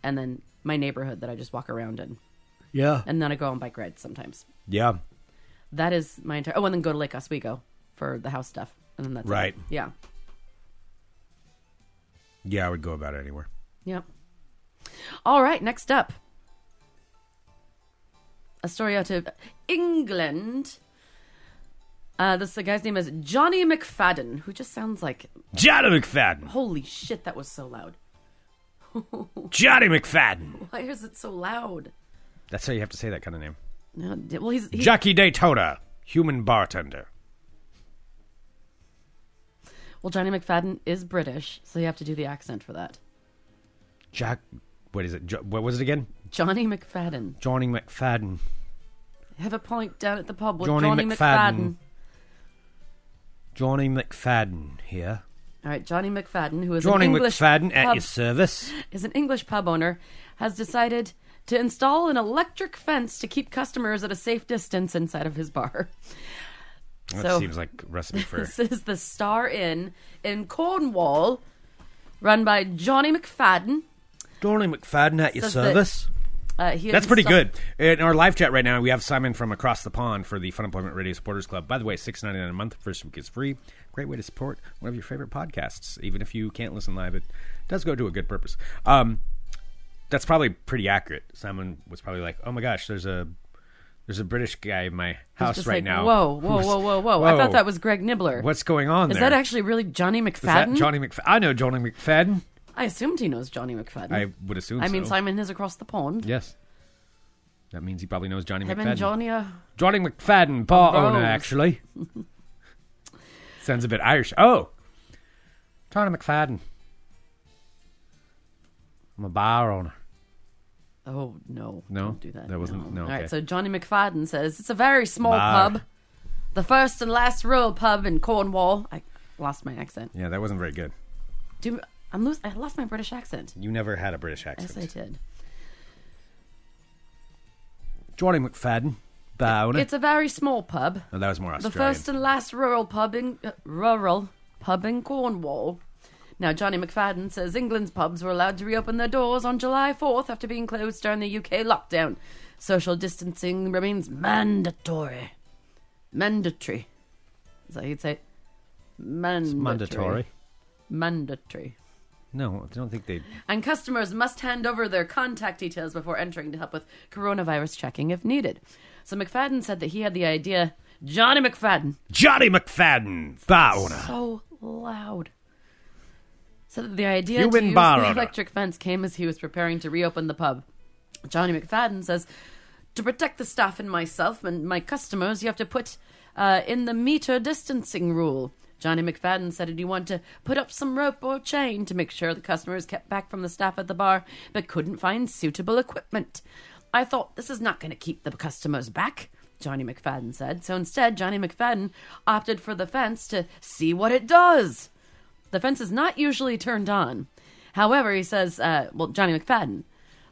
Speaker 2: and then my neighborhood that I just walk around in.
Speaker 1: yeah,
Speaker 2: And then I go on bike rides sometimes.
Speaker 1: yeah.
Speaker 2: That is my entire. Oh, and then go to Lake Oswego for the house stuff, and then that's it.
Speaker 1: Right.
Speaker 2: Yeah,
Speaker 1: Yeah, I would go about it anywhere.
Speaker 2: yep. All right, next up, a story out of England. Uh, this the guy's name is Johnny McFadden, who just sounds like
Speaker 1: Johnny McFadden.
Speaker 2: holy shit. That was so loud.
Speaker 1: Johnny McFadden.
Speaker 2: Why is it so loud?
Speaker 1: That's how you have to say that kind of name.
Speaker 2: No, d- well, he's, he's
Speaker 1: Jackie Daytona, human bartender.
Speaker 2: well. Johnny McFadden is British, so you have to do the accent for that.
Speaker 1: Jack, what is it? Jo- what was it again?
Speaker 2: Johnny McFadden.
Speaker 1: Johnny McFadden.
Speaker 2: Have a pint down at the pub with
Speaker 1: Johnny
Speaker 2: Johnny,
Speaker 1: McFadden.
Speaker 2: McFadden.
Speaker 1: Johnny McFadden here.
Speaker 2: All right, Johnny McFadden, who is
Speaker 1: Johnny
Speaker 2: an English
Speaker 1: McFadden at
Speaker 2: pub,
Speaker 1: your service.
Speaker 2: is an English pub owner, has decided to install an electric fence to keep customers at a safe distance inside of his bar.
Speaker 1: That
Speaker 2: So-
Speaker 1: seems like a recipe for
Speaker 2: This is the Star Inn in Cornwall, run by Johnny McFadden.
Speaker 1: Johnny McFadden at your
Speaker 2: Says that-
Speaker 1: service.
Speaker 2: Uh, he has
Speaker 1: That's pretty
Speaker 2: installed-
Speaker 1: good. In our live chat right now, we have Simon from across the pond for the Fun Employment Radio Supporters Club. By the way, six ninety nine a month, first week is free. Great way to support one of your favorite podcasts, even if you can't listen live. It does go to a good purpose. Um, that's probably pretty accurate. Simon was probably like, "Oh my gosh, there's a there's a British guy in my house
Speaker 2: Just
Speaker 1: right
Speaker 2: like,
Speaker 1: now."
Speaker 2: Whoa, whoa,
Speaker 1: who's-
Speaker 2: whoa, whoa, whoa, I thought that was Greg Nibbler.
Speaker 1: what's going on.
Speaker 2: Is
Speaker 1: there?
Speaker 2: that actually really Johnny
Speaker 1: Is that
Speaker 2: McFadden?
Speaker 1: Johnny McFadden? I know Johnny McFadden.
Speaker 2: I assumed he knows Johnny McFadden.
Speaker 1: I would assume.
Speaker 2: Hmm. I mean,
Speaker 1: so.
Speaker 2: Simon is across the pond.
Speaker 1: Yes, that means he probably knows Johnny
Speaker 2: Him
Speaker 1: McFadden.
Speaker 2: and Johnny are
Speaker 1: Johnny McFadden, bar
Speaker 2: Rose.
Speaker 1: owner, actually. Sounds a bit Irish. Oh, Johnny McFadden. I'm a bar owner.
Speaker 2: Oh no!
Speaker 1: No?
Speaker 2: don't do that.
Speaker 1: That wasn't- no,
Speaker 2: All right,
Speaker 1: okay.
Speaker 2: so Johnny McFadden says it's a very small
Speaker 1: Bar.
Speaker 2: pub, the first and last rural pub in Cornwall. I lost my accent.
Speaker 1: Yeah, that wasn't very good.
Speaker 2: Do I'm lose? I lost my British accent.
Speaker 1: You never had a British
Speaker 2: Yes,
Speaker 1: accent.
Speaker 2: I did.
Speaker 1: Johnny McFadden, bar owner.
Speaker 2: It's a very small pub,
Speaker 1: No, that was more
Speaker 2: the
Speaker 1: Australian.
Speaker 2: first and last rural pub in uh, rural pub in Cornwall. Now, Johnny McFadden says England's pubs were allowed to reopen their doors on July 4th after being closed during the UK lockdown. Social distancing remains mandatory. Mandatory. Is that how you'd say? it? Mandatory.
Speaker 1: Mandatory.
Speaker 2: Mandatory.
Speaker 1: No, I don't think they.
Speaker 2: And customers must hand over their contact details before entering to help with coronavirus checking if needed. So McFadden said that he had the idea. Johnny McFadden.
Speaker 1: Johnny McFadden, bar owner.
Speaker 2: so loud. So that the idea
Speaker 1: You
Speaker 2: to
Speaker 1: win
Speaker 2: use
Speaker 1: bar
Speaker 2: the
Speaker 1: order.
Speaker 2: electric fence came as he was preparing to reopen the pub. Johnny McFadden says, "To protect the staff and myself and my customers, you have to put uh, in the meter distancing rule. Johnny McFadden said he'd want to put up some rope or chain to make sure the customers kept back from the staff at the bar, but couldn't find suitable equipment. I thought this is not going to keep the customers back. Johnny McFadden said. So instead, Johnny McFadden opted for the fence to see what it does. The fence is not usually turned on. However, he says, uh, well, Johnny McFadden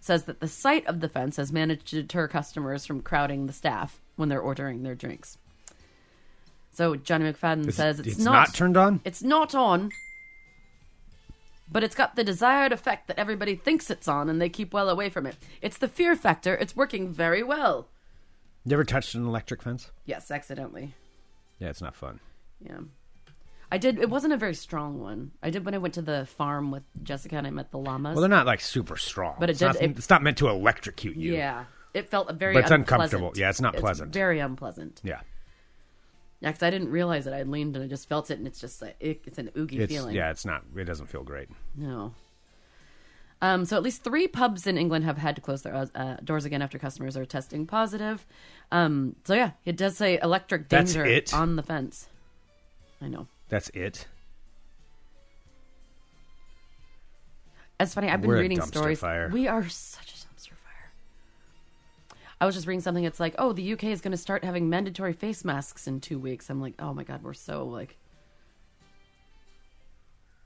Speaker 2: says that the sight of the fence has managed to deter customers from crowding the staff when they're ordering their drinks. So Johnny McFadden says it's,
Speaker 1: it's not turned on?
Speaker 2: It's not on, but it's got the desired effect that everybody thinks it's on, and they keep well away from it. It's the fear factor. It's working very well.
Speaker 1: You ever touched an electric fence?
Speaker 2: Yes, accidentally.
Speaker 1: Yeah, it's not fun.
Speaker 2: Yeah. I did. It wasn't a very strong one. I did when I went to the farm with Jessica and I met the llamas.
Speaker 1: Well, they're not like super strong.
Speaker 2: But it
Speaker 1: it's,
Speaker 2: did-
Speaker 1: not,
Speaker 2: it-
Speaker 1: it's not meant to electrocute you.
Speaker 2: yeah. It felt a very
Speaker 1: But it's
Speaker 2: unpleasant.
Speaker 1: uncomfortable. Yeah, it's not pleasant.
Speaker 2: very unpleasant.
Speaker 1: Yeah.
Speaker 2: Yeah, 'cause I didn't realize it. I leaned and I just felt it, and it's just like it, it's an oogie
Speaker 1: It's,
Speaker 2: feeling.
Speaker 1: yeah, it's not, it doesn't feel great.
Speaker 2: No. Um, so at least three pubs in England have had to close their uh, doors again after customers are testing positive. Um, so yeah, it does say electric
Speaker 1: That's
Speaker 2: danger
Speaker 1: it?
Speaker 2: on the fence. I know.
Speaker 1: That's it.
Speaker 2: It's funny. I've been
Speaker 1: We're a
Speaker 2: reading
Speaker 1: dumpster
Speaker 2: stories.
Speaker 1: fire.
Speaker 2: We are such a dumpster fire. I was just reading something. It's like, oh, the UK is going to start having mandatory face masks in two weeks. I'm like, oh my god, we're so like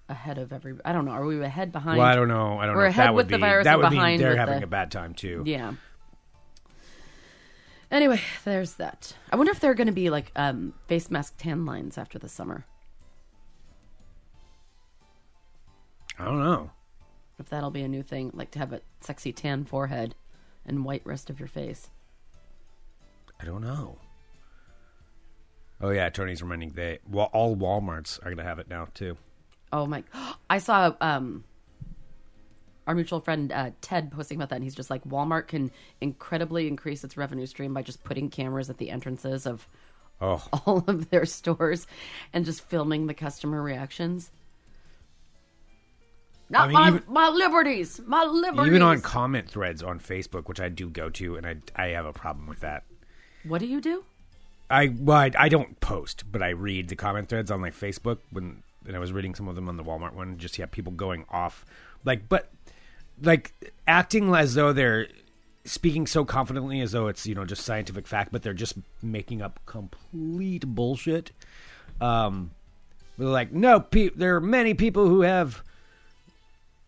Speaker 2: ahead of every. I don't know. Are we ahead behind?
Speaker 1: Well, I don't know. I don't
Speaker 2: We're
Speaker 1: know. if
Speaker 2: ahead
Speaker 1: that
Speaker 2: with
Speaker 1: would
Speaker 2: the
Speaker 1: be,
Speaker 2: virus
Speaker 1: That
Speaker 2: and
Speaker 1: would mean
Speaker 2: behind
Speaker 1: they're
Speaker 2: with
Speaker 1: having
Speaker 2: the-
Speaker 1: a bad time too.
Speaker 2: Yeah. Anyway, there's that. I wonder if there are going to be like um, face mask tan lines after the summer.
Speaker 1: I don't know.
Speaker 2: If that'll be a new thing, like to have a sexy tan forehead and white rest of your face.
Speaker 1: I don't know. Oh yeah, Tony's reminding they well all WalMarts are gonna have it now too.
Speaker 2: Oh my! I saw um, our mutual friend uh, Ted posting about that, and he's just like, Walmart can incredibly increase its revenue stream by just putting cameras at the entrances of
Speaker 1: Oh,
Speaker 2: all of their stores and just filming the customer reactions. Not
Speaker 1: mean,
Speaker 2: my,
Speaker 1: even-
Speaker 2: my liberties, my liberties.
Speaker 1: even on comment threads on Facebook, which I do go to, and I I have a problem with that.
Speaker 2: what do you do?
Speaker 1: I well I, I don't post, but I read the comment threads on like Facebook when and I was reading some of them on the Walmart one. Just yeah, people going off like but like acting as though they're speaking so confidently as though it's you know just scientific fact, but they're just making up complete bullshit. Um, they're like no, pe- there are many people who have.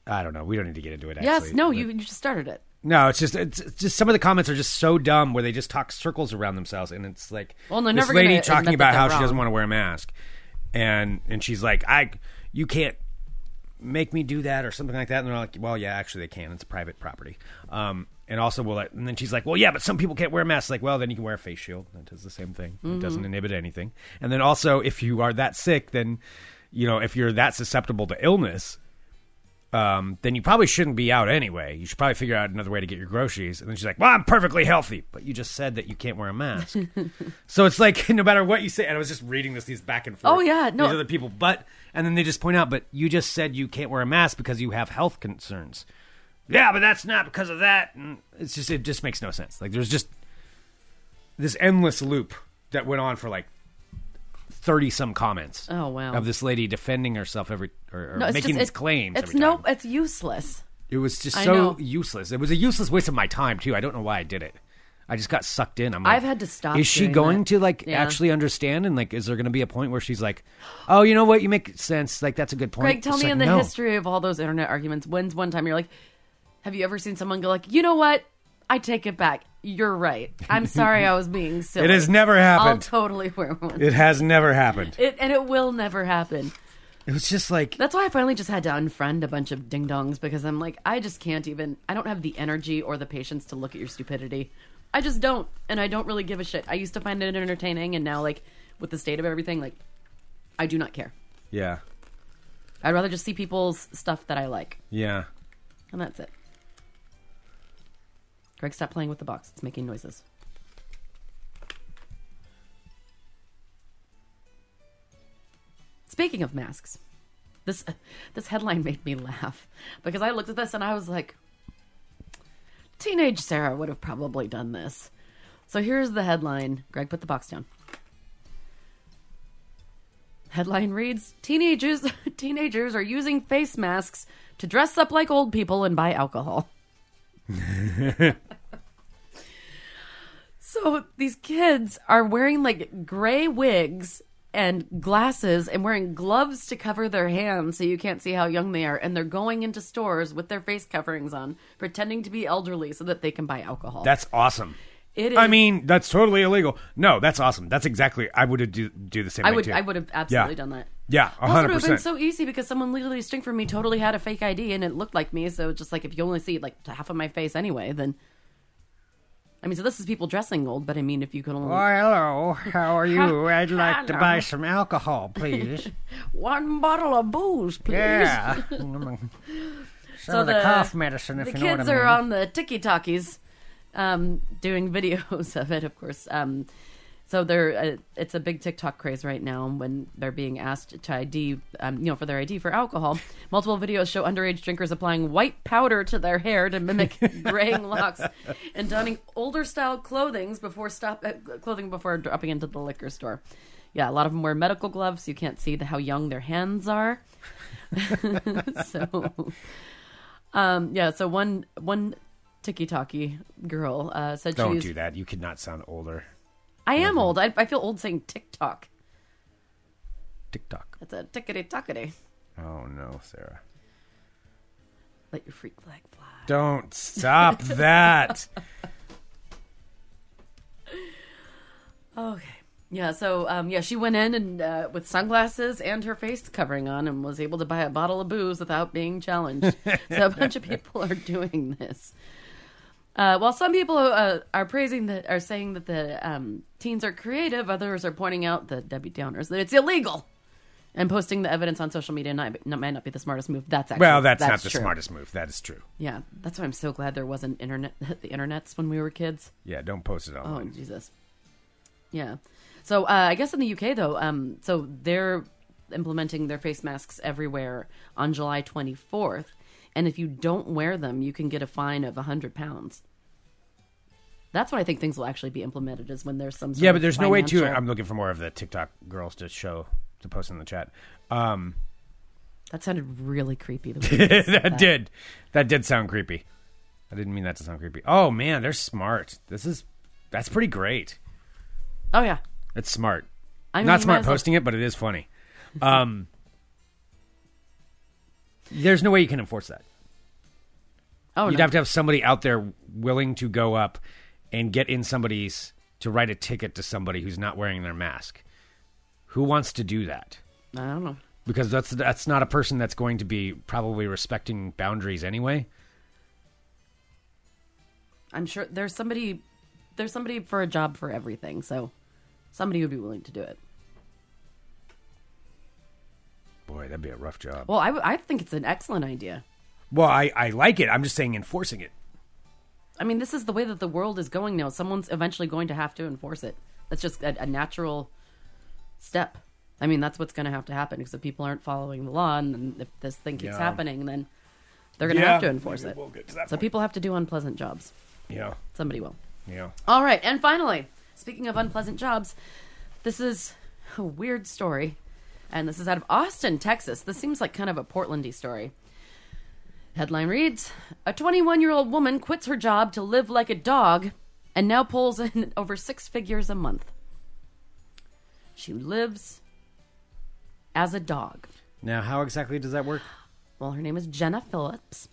Speaker 1: I don't know. We don't need to get into it.
Speaker 2: yes,
Speaker 1: actually,
Speaker 2: no,
Speaker 1: but-
Speaker 2: you, you just started it.
Speaker 1: no, it's just it's it's just some of the comments are just so dumb where they just talk circles around themselves, and it's like,
Speaker 2: Well, they're
Speaker 1: this
Speaker 2: never
Speaker 1: lady
Speaker 2: gonna admit
Speaker 1: talking
Speaker 2: that
Speaker 1: about
Speaker 2: they're
Speaker 1: how
Speaker 2: wrong.
Speaker 1: she doesn't want to wear a mask, and and she's like, I, you can't make me do that or something like that, and they're like, well, yeah, actually they can. It's private property. Um, and also, well, like- and then she's like, well, yeah, but some people can't wear masks. Like, well, then you can wear a face shield. That does the same thing.
Speaker 2: Mm-hmm.
Speaker 1: It doesn't inhibit anything. And then also, if you are that sick, then you know if you're that susceptible to illness um, then you probably shouldn't be out anyway. You should probably figure out another way to get your groceries. And then she's like, "Well, I'm perfectly healthy," but you just said that you can't wear a mask. so it's like no matter what you say. And I was just reading this these back and forth.
Speaker 2: Oh, yeah, no.
Speaker 1: these other people, but and then they just point out, but you just said you can't wear a mask because you have health concerns. Yeah, but that's not because of that. And it's just it just makes no sense. Like there's just this endless loop that went on for like. 30 some comments
Speaker 2: Oh, wow.
Speaker 1: of this lady defending herself every or, or
Speaker 2: No, it's
Speaker 1: making
Speaker 2: just,
Speaker 1: these
Speaker 2: it-
Speaker 1: claims
Speaker 2: It's
Speaker 1: every
Speaker 2: no,
Speaker 1: time.
Speaker 2: it's useless.
Speaker 1: It was just
Speaker 2: I
Speaker 1: so
Speaker 2: know.
Speaker 1: useless. It was a useless waste of my time too. I don't know why I did it. I just got sucked in. I'm like,
Speaker 2: I've had to stop
Speaker 1: Is she
Speaker 2: doing
Speaker 1: going
Speaker 2: that.
Speaker 1: to like
Speaker 2: Yeah.
Speaker 1: actually understand? And like, is there going to be a point where she's like, "Oh, you know what? You make sense. Like, that's a good point."
Speaker 2: Greg, tell
Speaker 1: It's
Speaker 2: me
Speaker 1: like,
Speaker 2: in the
Speaker 1: no.
Speaker 2: history of all those internet arguments, when's one time you're like, have you ever seen someone go like, you know what? I take it back. You're right. I'm sorry I was being silly.
Speaker 1: It has never
Speaker 2: I'll
Speaker 1: happened.
Speaker 2: totally wear one.
Speaker 1: it has never happened.
Speaker 2: It, and it will never happen.
Speaker 1: It was just like,
Speaker 2: That's why I finally just had to unfriend a bunch of ding dongs because I'm like, I just can't even. I don't have the energy or the patience to look at your stupidity. I just don't, and I don't really give a shit. I used to find it entertaining, and now, like, with the state of everything, like, I do not care.
Speaker 1: yeah,
Speaker 2: I'd rather just see people's stuff that I like,
Speaker 1: yeah.
Speaker 2: and that's it. Greg, stop playing with the box. It's making noises. Speaking of masks, this this headline made me laugh because I looked at this and I was like, teenage Sarah would have probably done this. So here's the headline. Greg, put the box down. Headline reads: Teenagers teenagers are using face masks to dress up like old people and buy alcohol. so these kids are wearing like gray wigs and glasses and wearing gloves to cover their hands so you can't see how young they are and they're going into stores with their face coverings on pretending to be elderly so that they can buy alcohol.
Speaker 1: That's awesome.
Speaker 2: it is
Speaker 1: I mean, that's totally illegal. No, that's awesome. That's exactly. I would do do the same.
Speaker 2: I
Speaker 1: way,
Speaker 2: would
Speaker 1: Too.
Speaker 2: I would have absolutely
Speaker 1: Yeah.
Speaker 2: done that.
Speaker 1: Yeah,
Speaker 2: Also, it
Speaker 1: hundred
Speaker 2: would have been
Speaker 1: percent.
Speaker 2: so easy because someone legally distinct from me totally had a fake ID and it looked like me. So it's just like if you only see like half of my face anyway, then I mean, so this is people dressing old, but I mean, if you could only
Speaker 1: hello. How are you? I'd
Speaker 2: like to buy
Speaker 1: some alcohol, please.
Speaker 2: one bottle of booze, please.
Speaker 1: Some
Speaker 2: So of the the- cough
Speaker 1: medicine,
Speaker 2: the kids are on the Tiki Talkies, um, doing videos of it, of course. Um, so they're uh, it's a big TikTok craze right now when they're being asked to ID, um, you know, for their ID for alcohol. Multiple videos show underage drinkers applying white powder to their hair to mimic graying locks and donning older style clothing before stop uh, clothing before dropping into the liquor store. Yeah, a lot of them wear medical gloves. so You can't see the, how young their hands are. so um, yeah, so one one tiki talkie girl uh, said she
Speaker 1: Don't
Speaker 2: used,
Speaker 1: do that. You could not sound older.
Speaker 2: I am old. I, I feel old saying TikTok.
Speaker 1: TikTok.
Speaker 2: That's a tickety tockety.
Speaker 1: Oh no, Sarah.
Speaker 2: Let your freak flag fly.
Speaker 1: Don't stop that.
Speaker 2: Okay. Yeah, so um, yeah, she went in and uh, with sunglasses and her face covering on, and was able to buy a bottle of booze without being challenged. so a bunch of people are doing this. Uh, while some people uh, are praising that, are saying that the um, teens are creative, others are pointing out the Debbie Downers that it's illegal, and posting the evidence on social media not, not, might not be the smartest move. That's actually
Speaker 1: Well, that's, not the
Speaker 2: true.
Speaker 1: smartest move. That is true.
Speaker 2: Yeah, that's why I'm so glad there wasn't internet the internets when we were kids.
Speaker 1: Yeah, don't post it
Speaker 2: Oh
Speaker 1: online.
Speaker 2: Jesus. Yeah. So uh, I guess in the UK though, um, so they're implementing their face masks everywhere on July 24th, and if you don't wear them, you can get a fine of 100 pounds. That's when I think things will actually be implemented is when there's some. Sort
Speaker 1: yeah,
Speaker 2: of
Speaker 1: but there's no way to. um,
Speaker 2: financial-
Speaker 1: I'm looking for more of the TikTok girls to show to post in the chat. Um,
Speaker 2: That sounded really creepy. The way you
Speaker 1: that,
Speaker 2: said that.
Speaker 1: did. That did sound creepy. I didn't mean that to sound creepy. Oh man, they're smart. This is that's pretty great.
Speaker 2: Oh yeah.
Speaker 1: It's smart.
Speaker 2: I mean,
Speaker 1: Not
Speaker 2: you might
Speaker 1: smart
Speaker 2: as well-
Speaker 1: posting it, but it is funny. Um, there's no way you can enforce that.
Speaker 2: Oh
Speaker 1: You'd
Speaker 2: no.
Speaker 1: have to have somebody out there willing to go up and get in somebody's to write a ticket to somebody who's not wearing their mask. Who wants to do that?
Speaker 2: I don't know.
Speaker 1: Because that's that's not a person that's going to be probably respecting boundaries anyway.
Speaker 2: I'm sure there's somebody there's somebody for a job for everything, so somebody would be willing to do it.
Speaker 1: Boy, that'd be a rough job.
Speaker 2: Well, I, w- I think it's an excellent idea.
Speaker 1: Well, I, I like it. I'm just saying enforcing it.
Speaker 2: I mean, this is the way that the world is going now. Someone's eventually going to have to enforce it. That's just a, a natural step. I mean, that's what's going to have to happen because if people aren't following the law, and then if this thing keeps
Speaker 1: Yeah.
Speaker 2: happening, then they're going to
Speaker 1: Yeah,
Speaker 2: have to enforce
Speaker 1: maybe
Speaker 2: it.
Speaker 1: we'll get to that
Speaker 2: so
Speaker 1: point.
Speaker 2: people have to do unpleasant jobs.
Speaker 1: Yeah.
Speaker 2: Somebody will.
Speaker 1: Yeah.
Speaker 2: All right, and finally, speaking of unpleasant jobs, this is a weird story, and this is out of Austin, Texas. This seems like kind of a Portlandy story. Headline reads: A 21-year-old woman quits her job to live like a dog, and now pulls in over six figures a month. She lives as a dog.
Speaker 1: Now, how exactly does that work?
Speaker 2: Well, her name is Jenna Phillips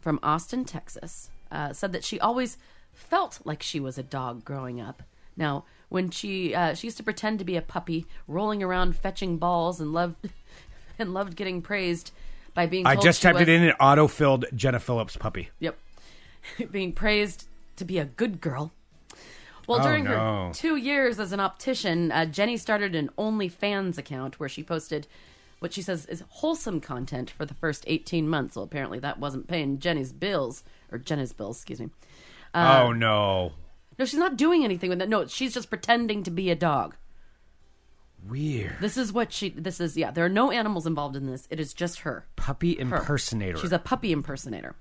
Speaker 2: from Austin, Texas, uh, said that she always felt like she was a dog growing up. Now, when she uh, she used to pretend to be a puppy, rolling around fetching balls, and loved and loved getting praised by being.
Speaker 1: I
Speaker 2: told
Speaker 1: just
Speaker 2: she
Speaker 1: typed it
Speaker 2: was-
Speaker 1: in and auto filled Jenna Phillips puppy.
Speaker 2: Yep, being praised to be a good girl. Well,
Speaker 1: Oh,
Speaker 2: during
Speaker 1: no.
Speaker 2: her two years as an optician, uh, Jenny started an OnlyFans account where she posted what she says is wholesome content for the first 18 months. Well, apparently that wasn't paying Jenny's bills, or Jenna's bills, excuse me. Uh,
Speaker 1: oh, no.
Speaker 2: No, she's not doing anything with that. No, she's just pretending to be a dog.
Speaker 1: Weird.
Speaker 2: This is what she, this is, yeah, there are no animals involved in this. It is just her.
Speaker 1: Puppy
Speaker 2: her.
Speaker 1: impersonator.
Speaker 2: She's a puppy impersonator.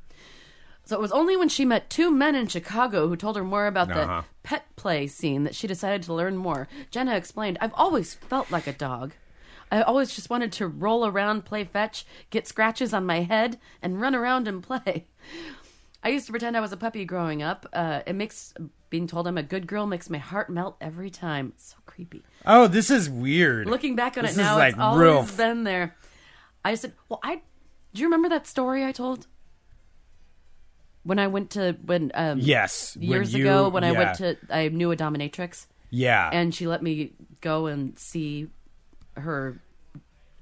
Speaker 2: So it was only when she met two men in Chicago who told her more about
Speaker 1: Uh-huh.
Speaker 2: the pet play scene that she decided to learn more. Jenna explained, I've always felt like a dog. I always just wanted to roll around, play fetch, get scratches on my head, and run around and play. I used to pretend I was a puppy growing up. Uh, it makes being told I'm a good girl makes my heart melt every time. It's so creepy.
Speaker 1: Oh, this is weird.
Speaker 2: Looking back on
Speaker 1: This
Speaker 2: it now,
Speaker 1: is like
Speaker 2: it's always
Speaker 1: real-
Speaker 2: been there. I said, "Well, I do you remember that story I told when I went to when um,
Speaker 1: yes. when
Speaker 2: years
Speaker 1: you-
Speaker 2: ago when I
Speaker 1: yeah.
Speaker 2: went to I knew a dominatrix
Speaker 1: yeah,
Speaker 2: and she let me go and see her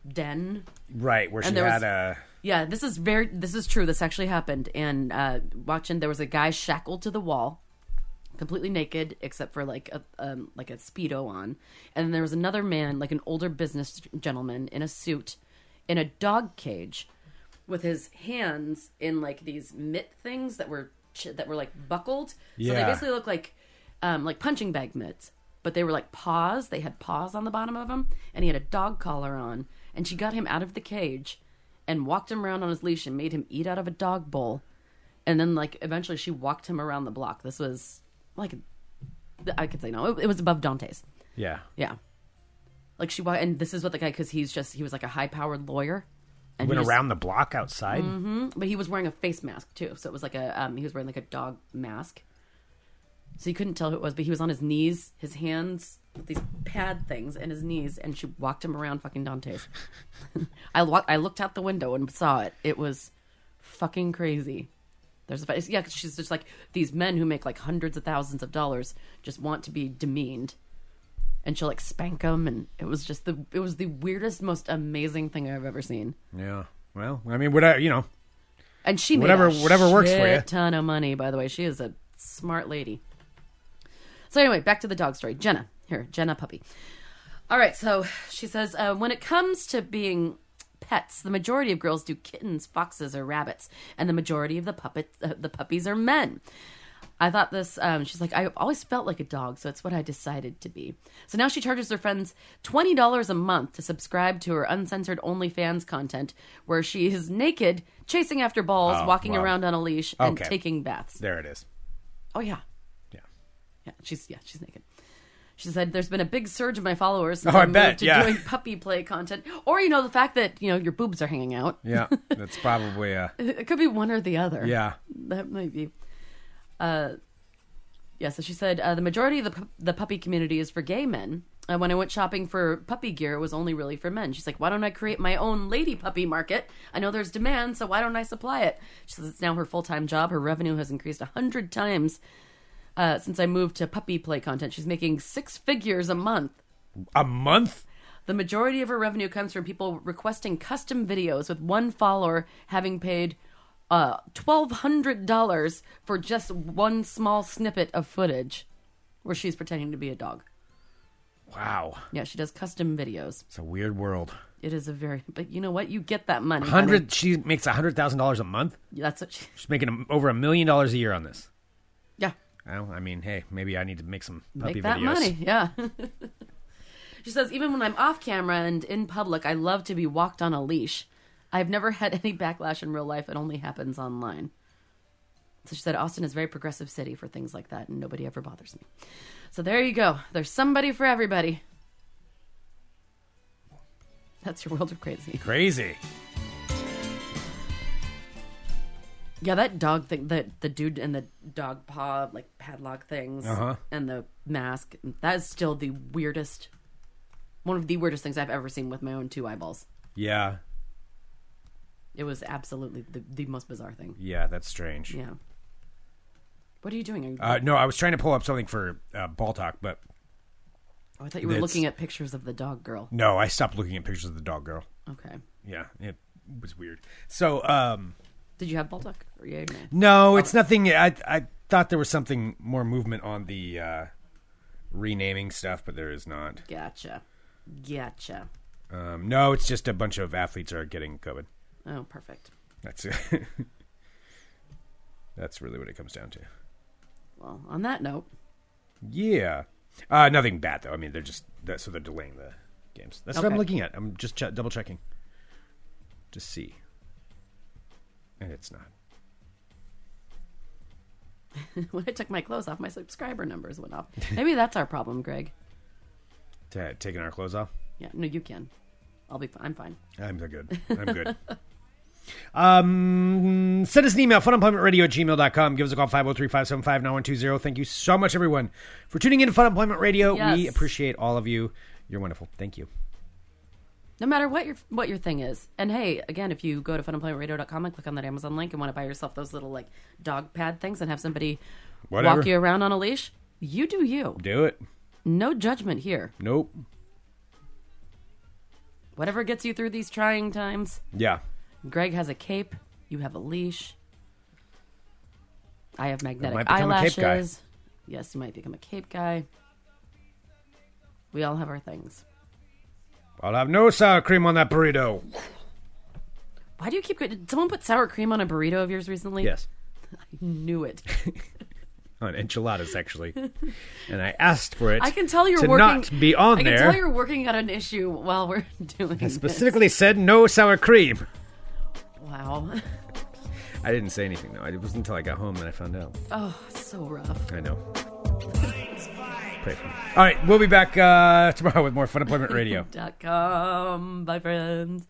Speaker 2: den
Speaker 1: right where she
Speaker 2: and there
Speaker 1: had
Speaker 2: was-
Speaker 1: a
Speaker 2: yeah, this is very this is true. This actually happened. And uh, watching, there was a guy shackled to the wall, completely naked except for like a um, like a speedo on, and there was another man, like an older business gentleman in a suit, in a dog cage, with his hands in like these mitt things that were ch- that were like buckled. So they
Speaker 1: Yeah.
Speaker 2: basically looked like um, like punching bag mitts, but they were like paws. They had paws on the bottom of them, and he had a dog collar on. And she got him out of the cage and walked him around on his leash and made him eat out of a dog bowl. And then, like, eventually she walked him around the block. This was like, I could say no, it, it was above Dante's.
Speaker 1: yeah.
Speaker 2: Yeah. Like, she walked, and this is what the guy, because he's just, he was like a high powered lawyer. And Mm-hmm. he
Speaker 1: Went
Speaker 2: was-
Speaker 1: around the block outside.
Speaker 2: but he was wearing a face mask too, so it was like a um, he was wearing like a dog mask, so you couldn't tell who it was. But he was on his knees, his hands with these pad things, and his knees, and she walked him around fucking Dante's. I wa- I looked out the window and saw it. It was fucking crazy. There's a fa- yeah, 'cause she's just like these men who make like hundreds of thousands of dollars just want to be demeaned, and she'll like spank them, and it was just the it was the weirdest, most amazing thing I've ever seen.
Speaker 1: Yeah. Well, I mean, whatever you know.
Speaker 2: And she made
Speaker 1: Whatever-
Speaker 2: a
Speaker 1: whatever works for
Speaker 2: shit
Speaker 1: ya.
Speaker 2: Ton of money, by the way. She is a smart lady. So anyway, back to the dog story. Jenna here, Jenna puppy. All right, so she says uh, when it comes to being pets, the majority of girls do kittens, foxes, or rabbits, and the majority of the puppets, uh, the puppies are men. I thought this. Um, she's like, I've always felt like a dog, so it's what I decided to be. So now she charges her friends twenty dollars a month to subscribe to her uncensored OnlyFans content, where she is naked, chasing after balls,
Speaker 1: Oh,
Speaker 2: walking
Speaker 1: wow.
Speaker 2: around on a leash, and
Speaker 1: Okay.
Speaker 2: taking baths.
Speaker 1: There it is.
Speaker 2: Oh yeah,
Speaker 1: Yeah.
Speaker 2: yeah, she's yeah, she's naked. She said, "There's been a big surge in my followers since
Speaker 1: Oh, I
Speaker 2: I, moved
Speaker 1: bet,
Speaker 2: to
Speaker 1: yeah.
Speaker 2: doing puppy play content, or you know the fact that you know your boobs are hanging out.
Speaker 1: Yeah. That's probably a
Speaker 2: It could be one or the other.
Speaker 1: yeah.
Speaker 2: that might be. Uh, yeah, so she said uh, the majority of the, pu- the puppy community is for gay men. Uh, when I went shopping for puppy gear, it was only really for men. She's like, why don't I create my own lady puppy market? I know there's demand, so why don't I supply it? She says it's now her full time job. Her revenue has increased a hundred times uh, since I moved to puppy play content. She's making six figures a month.
Speaker 1: A month.
Speaker 2: The majority of her revenue comes from people requesting custom videos, with one follower having paid uh, $1,200 for just one small snippet of footage where she's pretending to be a dog.
Speaker 1: Wow.
Speaker 2: Yeah, she does custom videos.
Speaker 1: It's a weird world.
Speaker 2: It is a very, but you know what? You get that money. honey.
Speaker 1: Hundred. She makes a hundred thousand dollars a month.
Speaker 2: That's what she,
Speaker 1: She's making a, over a million dollars a year on this.
Speaker 2: yeah.
Speaker 1: Well, I mean, hey, maybe I need to make some puppy
Speaker 2: Make that
Speaker 1: videos.
Speaker 2: money, yeah. she says, even when I'm off camera and in public, I love to be walked on a leash. I've never had any backlash in real life. It only happens online. So she said, Austin is a very progressive city for things like that, and nobody ever bothers me. So there you go. There's somebody for everybody. That's your world of crazy.
Speaker 1: Crazy.
Speaker 2: Yeah, that dog thing, the the dude and the dog paw like padlock things,
Speaker 1: Uh-huh.
Speaker 2: and the mask. That is still the weirdest, one of the weirdest things I've ever seen with my own two eyeballs.
Speaker 1: Yeah.
Speaker 2: It was absolutely the, the most bizarre thing.
Speaker 1: Yeah. That's strange.
Speaker 2: Yeah. What are you doing? Are you,
Speaker 1: Uh, no, I was trying to pull up something for uh, ball talk, but
Speaker 2: oh, I thought you were
Speaker 1: that's-
Speaker 2: looking at pictures of the dog girl.
Speaker 1: no, I stopped looking at pictures of the dog girl.
Speaker 2: Okay.
Speaker 1: Yeah, it was weird. So, um,
Speaker 2: Did you have Baldock? Or yeah, no.
Speaker 1: no, it's nothing. I I thought there was something more movement on the uh, renaming stuff, but there is not.
Speaker 2: Gotcha. Gotcha.
Speaker 1: Um, no, it's just a bunch of athletes are getting COVID.
Speaker 2: Oh, perfect.
Speaker 1: That's that's really what it comes down to.
Speaker 2: Well, on that note,
Speaker 1: Yeah, uh, nothing bad though. I mean, they're just that, so they're delaying the games. That's what I'm
Speaker 2: Okay.
Speaker 1: looking at. I'm just che- double checking to see, and it's not.
Speaker 2: when I took my clothes off, my subscriber numbers went up. Maybe that's our problem, Greg.
Speaker 1: Ta- taking our clothes off.
Speaker 2: Yeah. No, you can. I'll be. I'm fine.
Speaker 1: I'm good. I'm good. um, send us an email, funemploymentradio at gmail.com. Give us a call, 503-575-9120. Thank you so much, everyone, for tuning in to Fun Employment Radio. We
Speaker 2: Yes.
Speaker 1: appreciate all of you. You're wonderful. Thank you.
Speaker 2: No matter what your what your thing is. And hey, again, if you go to funemploymentradio.com and click on that Amazon link and want to buy yourself those little like dog pad things and have somebody
Speaker 1: Whatever.
Speaker 2: walk you around on a leash, you do you.
Speaker 1: Do it.
Speaker 2: No judgment here.
Speaker 1: Nope.
Speaker 2: Whatever gets you through these trying times.
Speaker 1: Yeah.
Speaker 2: Greg has a cape. You have a leash. I have magnetic
Speaker 1: might become a
Speaker 2: eyelashes.
Speaker 1: cape guy.
Speaker 2: Yes, you might become a cape guy. We all have our things.
Speaker 1: I'll have no sour cream on that burrito.
Speaker 2: Why do you keep? Did someone put sour cream on a burrito of yours recently?
Speaker 1: Yes.
Speaker 2: knew it.
Speaker 1: On enchiladas, actually. and I asked for it.
Speaker 2: I can tell you're
Speaker 1: to
Speaker 2: working.
Speaker 1: not be on
Speaker 2: I can
Speaker 1: there.
Speaker 2: tell you're working on an issue while we're doing this.
Speaker 1: Specifically said no sour cream.
Speaker 2: Wow.
Speaker 1: I didn't say anything though. It wasn't until I got home that I found out.
Speaker 2: Oh, so rough.
Speaker 1: I know. Pray for me. All right, we'll be back uh, tomorrow with more Fun Employment Radio.
Speaker 2: Dot com. Bye, friends.